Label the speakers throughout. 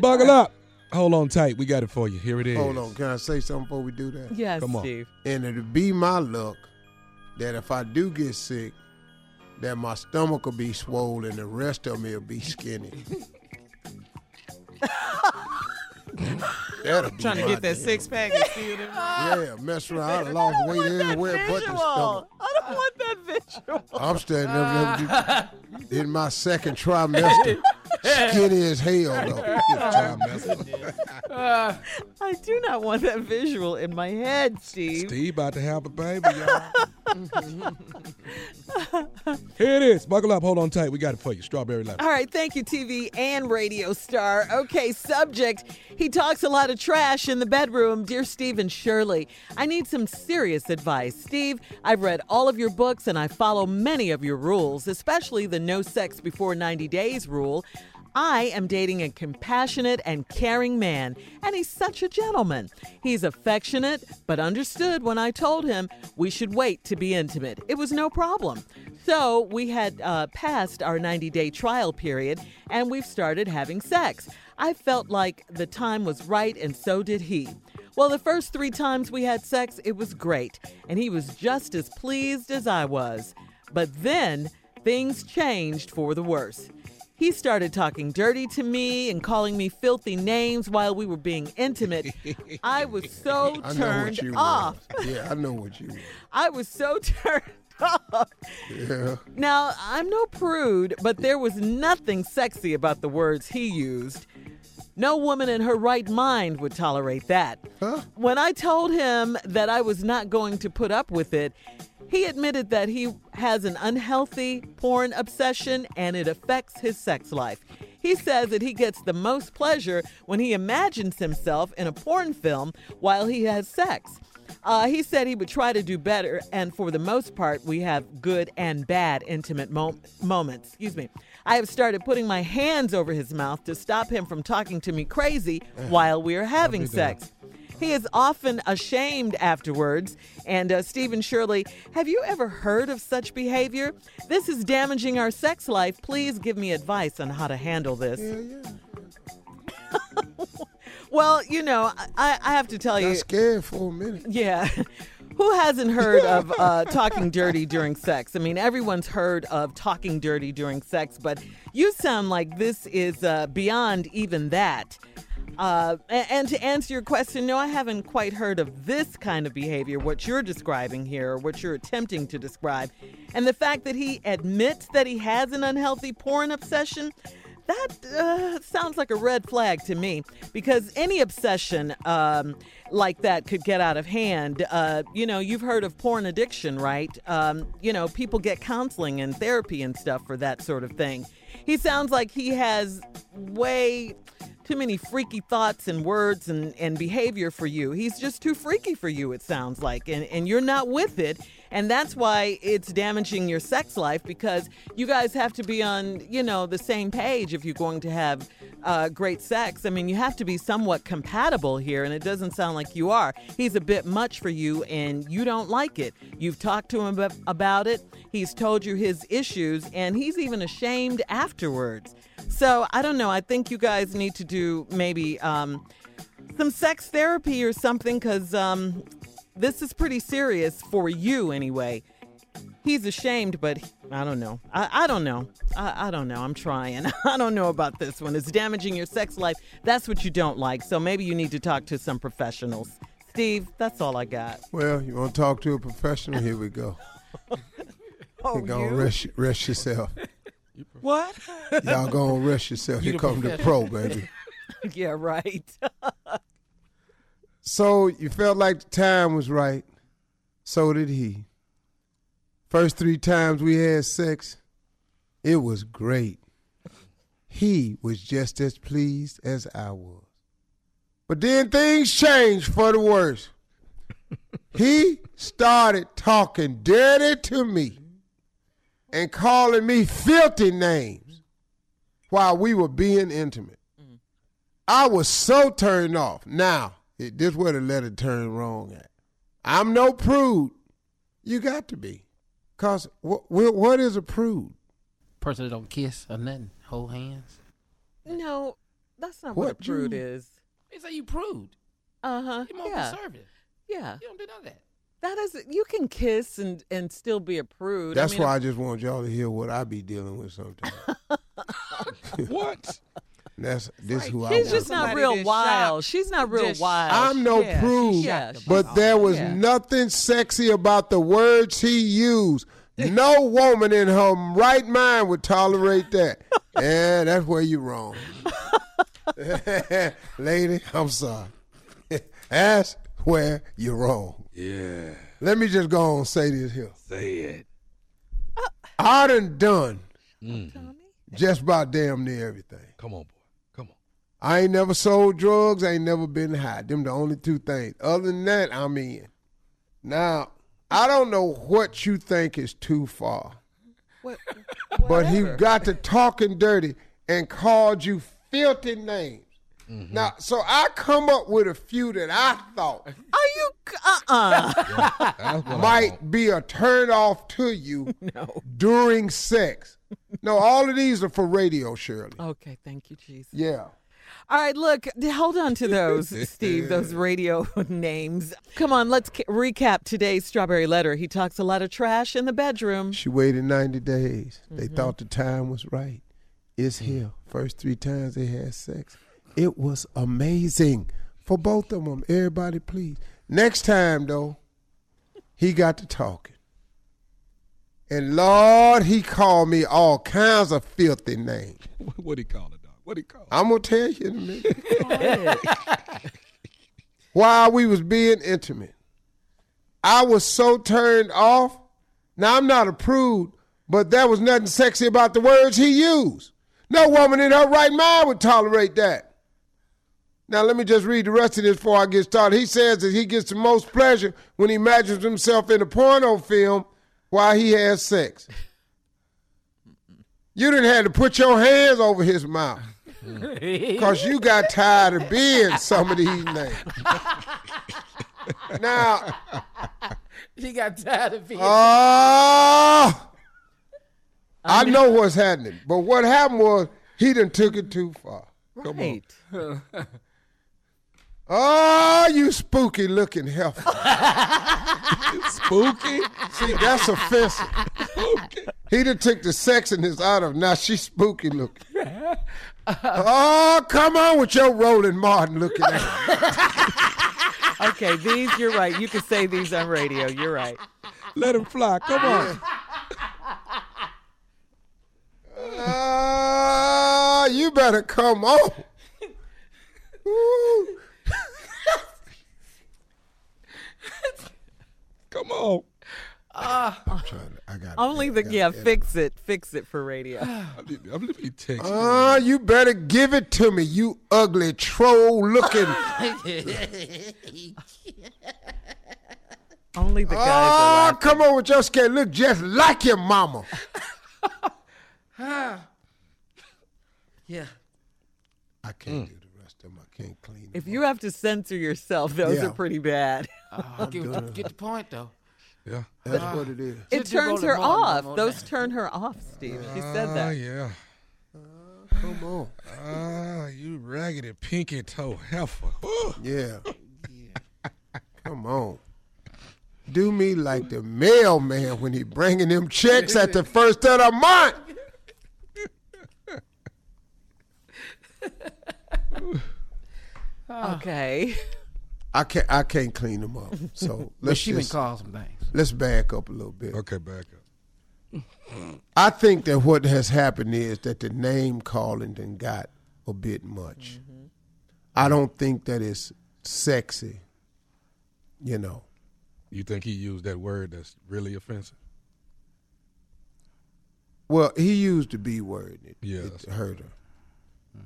Speaker 1: Buckle up. Hold on tight. We got it for you. Here it is.
Speaker 2: Hold on, can I say something before we do that?
Speaker 3: Yes,
Speaker 1: Come on.
Speaker 3: Steve.
Speaker 2: And it'd be my luck that if I do get sick, that my stomach will be swollen and the rest of me will be skinny. That'll be
Speaker 4: Trying to
Speaker 2: my
Speaker 4: get that
Speaker 2: day.
Speaker 4: six pack and see what
Speaker 2: Yeah, mess around. I lost weight everywhere but the stomach.
Speaker 3: I don't want that visual.
Speaker 2: I'm standing up there with you- in my second trimester. Skinny as hell though. Fifth trimester.
Speaker 3: I do not want that visual in my head, Steve.
Speaker 1: Steve about to have a baby, y'all. Here it is. Buckle up. Hold on tight. We got it for you. Strawberry lemonade.
Speaker 3: All right, thank you, TV and radio star. Okay, subject. He talks a lot of trash in the bedroom. Dear Steve and Shirley, I need some serious advice. Steve, I've read all of your books and I follow many of your rules, especially the no sex before 90 days rule. I am dating a compassionate and caring man, and he's such a gentleman. He's affectionate, but understood when I told him we should wait to be intimate. It was no problem. So we had uh, passed our 90 day trial period, and we've started having sex. I felt like the time was right, and so did he. Well, the first three times we had sex, it was great, and he was just as pleased as I was. But then things changed for the worse. He started talking dirty to me and calling me filthy names while we were being intimate. I was so
Speaker 2: I know
Speaker 3: turned
Speaker 2: what you
Speaker 3: off.
Speaker 2: was. Yeah, I know what you was.
Speaker 3: I was so turned off.
Speaker 2: Yeah.
Speaker 3: Now, I'm no prude, but there was nothing sexy about the words he used. No woman in her right mind would tolerate that. When I told him that I was not going to put up with it, he admitted that he has an unhealthy porn obsession and it affects his sex life. He says that he gets the most pleasure when he imagines himself in a porn film while he has sex. Uh, he said he would try to do better, and for the most part, we have good and bad intimate mo- moments. Excuse me. I have started putting my hands over his mouth to stop him from talking to me crazy while we are having sex. He is often ashamed afterwards. And uh, Stephen Shirley, have you ever heard of such behavior? This is damaging our sex life. Please give me advice on how to handle this.
Speaker 2: Mm.
Speaker 3: well, you know, I, I have to tell
Speaker 2: I
Speaker 3: you.
Speaker 2: was scared for a minute.
Speaker 3: Yeah. Who hasn't heard of uh, talking dirty during sex? I mean, everyone's heard of talking dirty during sex, but you sound like this is uh, beyond even that. Uh, a- and to answer your question, no, I haven't quite heard of this kind of behavior, what you're describing here, or what you're attempting to describe. And the fact that he admits that he has an unhealthy porn obsession, that uh, sounds like a red flag to me because any obsession um, like that could get out of hand. Uh, you know, you've heard of porn addiction, right? Um, you know, people get counseling and therapy and stuff for that sort of thing. He sounds like he has way too many freaky thoughts and words and, and behavior for you. He's just too freaky for you, it sounds like, and, and you're not with it. And that's why it's damaging your sex life because you guys have to be on, you know, the same page if you're going to have uh, great sex. I mean, you have to be somewhat compatible here, and it doesn't sound like you are. He's a bit much for you, and you don't like it. You've talked to him ab- about it, he's told you his issues, and he's even ashamed afterwards. So I don't know. I think you guys need to do maybe um, some sex therapy or something because um, this is pretty serious for you anyway. He's ashamed, but he- I don't know. I, I don't know. I, I don't know. I'm trying. I don't know about this one. It's damaging your sex life. That's what you don't like. So maybe you need to talk to some professionals. Steve, that's all I got.
Speaker 2: Well, you want to talk to a professional? Here we go.
Speaker 3: Oh,
Speaker 2: You're going to rest, rest yourself.
Speaker 3: What?
Speaker 2: Y'all going to rest yourself. Here come the pro, baby.
Speaker 3: yeah, right.
Speaker 2: So you felt like the time was right. So did he. First three times we had sex, it was great. He was just as pleased as I was. But then things changed for the worse. he started talking dirty to me and calling me filthy names while we were being intimate. I was so turned off. Now, it, this where the letter turned wrong at. I'm no prude. You got to be. Because wh- wh- what is a prude?
Speaker 4: Person that don't kiss or nothing. Hold hands.
Speaker 3: No, That's not what, a
Speaker 2: What you-
Speaker 3: prude is.
Speaker 4: They say you prude.
Speaker 3: Uh huh.
Speaker 4: You're more
Speaker 3: Yeah.
Speaker 4: conservative.
Speaker 3: Yeah.
Speaker 4: You don't do none of that.
Speaker 3: That is. You can kiss and and still be a prude.
Speaker 2: That's
Speaker 3: I mean,
Speaker 2: why I just want y'all to hear what I be dealing with sometimes.
Speaker 1: What?
Speaker 2: And That's this who I
Speaker 3: She's
Speaker 2: was.
Speaker 3: just not
Speaker 4: Somebody
Speaker 3: real
Speaker 4: just
Speaker 3: wild.
Speaker 4: shocked.
Speaker 3: She's not real
Speaker 4: Just-
Speaker 3: wild.
Speaker 2: I'm no
Speaker 4: Yeah, she
Speaker 2: prude,
Speaker 3: shocked the
Speaker 2: but
Speaker 4: boss.
Speaker 2: there was
Speaker 3: Yeah.
Speaker 2: nothing sexy about the words he used. No woman in her right mind would tolerate that. yeah, that's where you wrong, lady. I'm sorry. that's where you're wrong.
Speaker 1: Yeah.
Speaker 2: Let me just go on and say this here.
Speaker 1: Say it.
Speaker 2: I done done
Speaker 3: Oh,
Speaker 1: Mm.
Speaker 3: Tommy?
Speaker 2: just about damn near everything.
Speaker 1: Come on, boy. Come on.
Speaker 2: I ain't never sold drugs. I ain't never been high. Them the only two things. Other than that, I'm in. Now, I don't know what you think is too far,
Speaker 3: What,
Speaker 2: but he
Speaker 3: whatever.
Speaker 2: got to talking dirty and called you filthy names. Now, so I come up with a few that I thought
Speaker 3: Are you? Uh uh
Speaker 1: That's what I want.
Speaker 2: might be a turn off to you during sex. No, all of these are for radio, Shirley.
Speaker 3: okay. Thank you, Jesus.
Speaker 2: Yeah.
Speaker 3: All right. Look, d- hold on to those, Steve. Those radio names. Come on. Let's ca- recap today's strawberry letter. He talks a lot of trash in the bedroom.
Speaker 2: She waited 90 days. They thought the time was right. It's here. First three times they had sex. It was amazing for both of them. Everybody, please. Next time, though, he got to talking. And Lord, he called me all kinds of filthy names.
Speaker 1: What he call it, dog? What he call it?
Speaker 2: I'm gonna tell you in a minute. While we was being intimate, I was so turned off. Now I'm not a prude, but there was nothing sexy about the words he used. No woman in her right mind would tolerate that. Now let me just read the rest of this before I get started. He says that he gets the most pleasure when he imagines himself in a porno film while he has sex. You didn't have to put your hands over his mouth. Because you got tired of being some of these names. now,
Speaker 4: She got tired of being.
Speaker 2: uh, I know what's happening, but what happened was he done took it too far.
Speaker 3: Right.
Speaker 2: Oh, you spooky looking heifer.
Speaker 1: Spooky.
Speaker 2: See, that's offensive. He done took the sex in his out of now she's spooky looking. Oh, come on with your Rolling Martin looking at her.
Speaker 3: Okay. These. You're right. You can say these on radio. You're right.
Speaker 1: Let him fly. Come on.
Speaker 2: Ah, you better come on. Ooh.
Speaker 1: Come on.
Speaker 2: I'm trying to, I got
Speaker 3: Only the yeah. Fix it. Fix it for radio.
Speaker 1: I'm gonna be texting.
Speaker 2: Ah, you better give it to me, you ugly troll looking. Ah,
Speaker 3: Only the guys. are
Speaker 2: Ah,
Speaker 3: laughing.
Speaker 2: come on with your skin. Look just like your mama.
Speaker 4: yeah.
Speaker 2: I can't do the rest of them. I can't clean them.
Speaker 3: If you have to censor yourself, those
Speaker 2: Yeah.
Speaker 3: are pretty bad.
Speaker 4: get, get the point though.
Speaker 1: yeah.
Speaker 2: That's what it is.
Speaker 3: It
Speaker 4: Just roll
Speaker 3: turns
Speaker 4: it
Speaker 3: her
Speaker 4: more and more
Speaker 3: off.
Speaker 4: and more
Speaker 3: Those
Speaker 4: down.
Speaker 3: turn her off, Steve. She said
Speaker 1: Ah,
Speaker 3: that.
Speaker 1: yeah.
Speaker 2: Come on.
Speaker 1: Ah, you raggedy pinky toe heifer. Ooh.
Speaker 2: Yeah. Come on. Do me like the mailman when he bringing them checks at the first of the month.
Speaker 3: Okay.
Speaker 2: I can't. I can't clean them up. So
Speaker 4: But
Speaker 2: let's
Speaker 4: she been
Speaker 2: just,
Speaker 4: called some things.
Speaker 2: let's back up a little bit.
Speaker 1: Okay, back up.
Speaker 2: I think that what has happened is that the name calling then got a bit much.
Speaker 4: Mm-hmm.
Speaker 2: I don't think that it's sexy. You know,
Speaker 1: You think he used that word that's really offensive?
Speaker 2: well, he used the B word. It,
Speaker 1: Yeah,
Speaker 2: it
Speaker 1: that's-
Speaker 2: hurt her,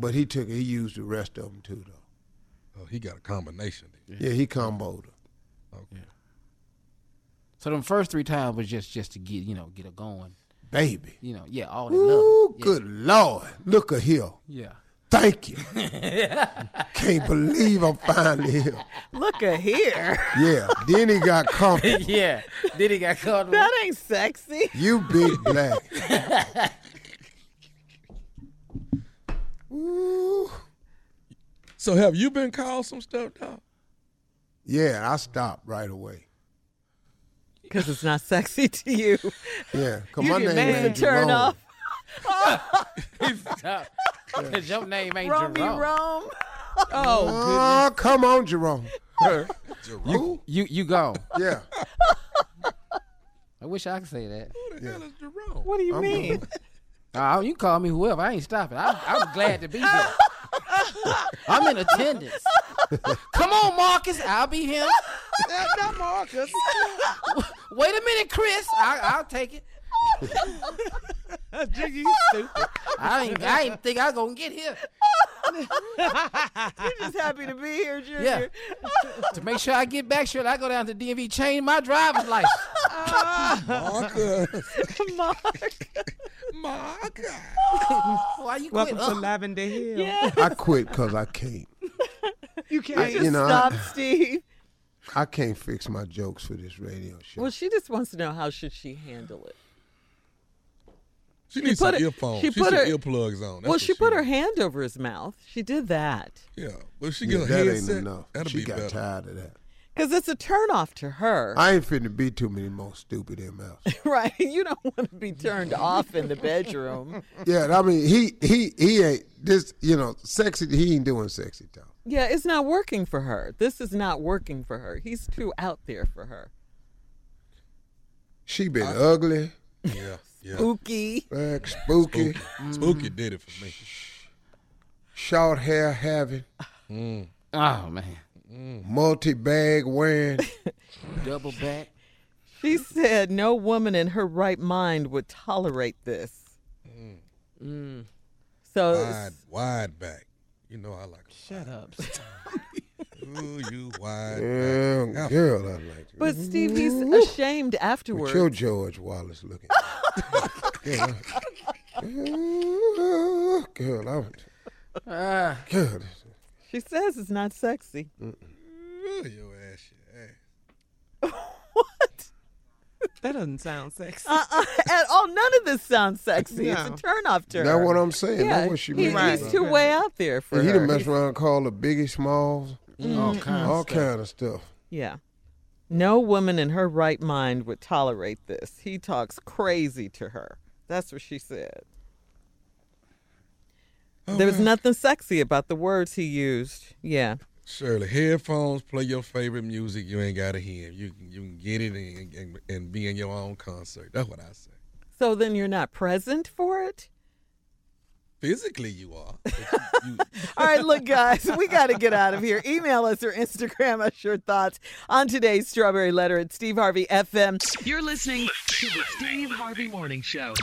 Speaker 2: but he took. He used the rest of them too, though.
Speaker 1: Oh, he got a combination. Then.
Speaker 2: Yeah, he comboed her.
Speaker 1: Okay.
Speaker 4: So them first three times was just just to get you know get her going.
Speaker 2: Baby.
Speaker 4: You know, yeah, all that
Speaker 2: Ooh,
Speaker 4: love. Yeah,
Speaker 2: good lord! Look at here.
Speaker 4: Yeah.
Speaker 2: Thank you. Can't believe I'm finally here.
Speaker 3: Look at here.
Speaker 2: Yeah. Then he got comfortable.
Speaker 4: yeah. Then he got caught. with-
Speaker 3: That ain't sexy.
Speaker 2: You big black. Ooh.
Speaker 1: So have you been called some stuff, dog?
Speaker 2: Yeah, I stopped right away.
Speaker 3: because it's not sexy to you.
Speaker 2: Yeah, cause
Speaker 3: You
Speaker 2: my
Speaker 3: did
Speaker 2: name
Speaker 3: manage to
Speaker 2: ain't
Speaker 3: turn
Speaker 2: Jerome.
Speaker 3: off.
Speaker 4: Stop. 'Cause your name ain't
Speaker 3: Romy
Speaker 4: Jerome.
Speaker 3: Rome. Oh,
Speaker 2: Oh, come on, Jerome.
Speaker 1: Jerome?
Speaker 4: You you go.
Speaker 2: Yeah,
Speaker 4: I wish I could say that.
Speaker 1: Who the hell is Jerome?
Speaker 3: what do you
Speaker 2: I'm
Speaker 3: mean?
Speaker 4: Uh, you can call me whoever. I ain't stopping. I'm, I'm glad to be here. I'm in attendance. Come on, Marcus. I'll be him.
Speaker 1: Not Marcus.
Speaker 4: Wait a minute, Chris. I, I'll take it.
Speaker 5: Jiggy, you stupid.
Speaker 4: I ain't, I ain't think I was gonna get here.
Speaker 3: You're just happy to be here, Junior.
Speaker 4: Yeah. to make sure I get back, sure I go down to DMV, change my driver's license.
Speaker 1: Marcus.
Speaker 3: Oh, Mark.
Speaker 1: Marcus.
Speaker 4: Why you quit? Uh,
Speaker 5: Welcome to Lavender Hill.
Speaker 3: Yeah.
Speaker 2: I quit cause I can't.
Speaker 5: You
Speaker 2: I,
Speaker 5: can't.
Speaker 2: you know,
Speaker 3: Stop,
Speaker 2: I,
Speaker 3: Steve.
Speaker 2: I can't fix my jokes for this radio show.
Speaker 3: Well, she just wants to know how should she handle it.
Speaker 1: She needs some
Speaker 3: put her-
Speaker 1: earphones.
Speaker 3: she
Speaker 1: She,
Speaker 3: put
Speaker 1: put
Speaker 3: her-
Speaker 1: earplugs on. That's
Speaker 3: well,
Speaker 1: what
Speaker 3: she put her
Speaker 1: needs.
Speaker 3: hand over his mouth. She did that
Speaker 1: Yeah. Well, if she
Speaker 2: Yeah,
Speaker 1: get a
Speaker 2: that ain't
Speaker 1: headset.
Speaker 2: enough.
Speaker 1: That'll
Speaker 2: she
Speaker 1: be
Speaker 2: got
Speaker 1: better.
Speaker 2: tired of that.
Speaker 3: because it's a turnoff to her,
Speaker 2: I ain't finna be too many more stupid MFs.
Speaker 3: right? You don't want to be turned off in the bedroom.
Speaker 2: yeah, I mean he he he ain't this you know sexy. He ain't doing sexy talk.
Speaker 3: Yeah, it's not working for her. This is not working for her. He's too out there for her.
Speaker 2: She been ugly,
Speaker 1: Yeah. Yeah.
Speaker 3: Spooky.
Speaker 2: like spooky,
Speaker 1: Spooky did it for me.
Speaker 2: short hair having,
Speaker 4: Oh man,
Speaker 2: multi bag wearing.
Speaker 4: double back.
Speaker 3: She said no woman in her right mind would tolerate this. So
Speaker 1: Wide, wide back. You know I like it.
Speaker 5: Shut up.
Speaker 1: Ooh, you wide back.
Speaker 2: yeah, girl, I like you.
Speaker 3: But Steve, he's ashamed afterwards.
Speaker 2: With your George Wallace looking. girl, I, girl, I,
Speaker 4: Uh,
Speaker 2: girl,
Speaker 3: She says it's not sexy.
Speaker 1: Ooh, your ass. your ass.
Speaker 3: What?
Speaker 5: That doesn't sound sexy.
Speaker 3: Uh-uh. At all, none of this sounds sexy.
Speaker 5: No.
Speaker 3: It's a turnoff to her.
Speaker 2: that's what I'm saying. That's what she
Speaker 3: he-
Speaker 2: means.
Speaker 5: right.
Speaker 3: he's too way out there for
Speaker 2: He
Speaker 3: her.
Speaker 2: done messed around and called her Biggie Smalls,
Speaker 4: all kinds.
Speaker 2: all kind of stuff.
Speaker 3: yeah. No woman in her right mind would tolerate this. He talks crazy to her. That's what she said. there was nothing sexy about the words he used. Yeah.
Speaker 1: Shirley, headphones, play your favorite music. You ain't got to hear. You can you can get it and, and and be in your own concert. That's what I say.
Speaker 3: So then you're not present for it?
Speaker 1: Physically, you are. But you- you-
Speaker 3: All right, look, guys, we got to get out of here. Email us or Instagram us your thoughts on today's Strawberry Letter at Steve Harvey FM.
Speaker 6: You're listening to the Steve Harvey Morning Show.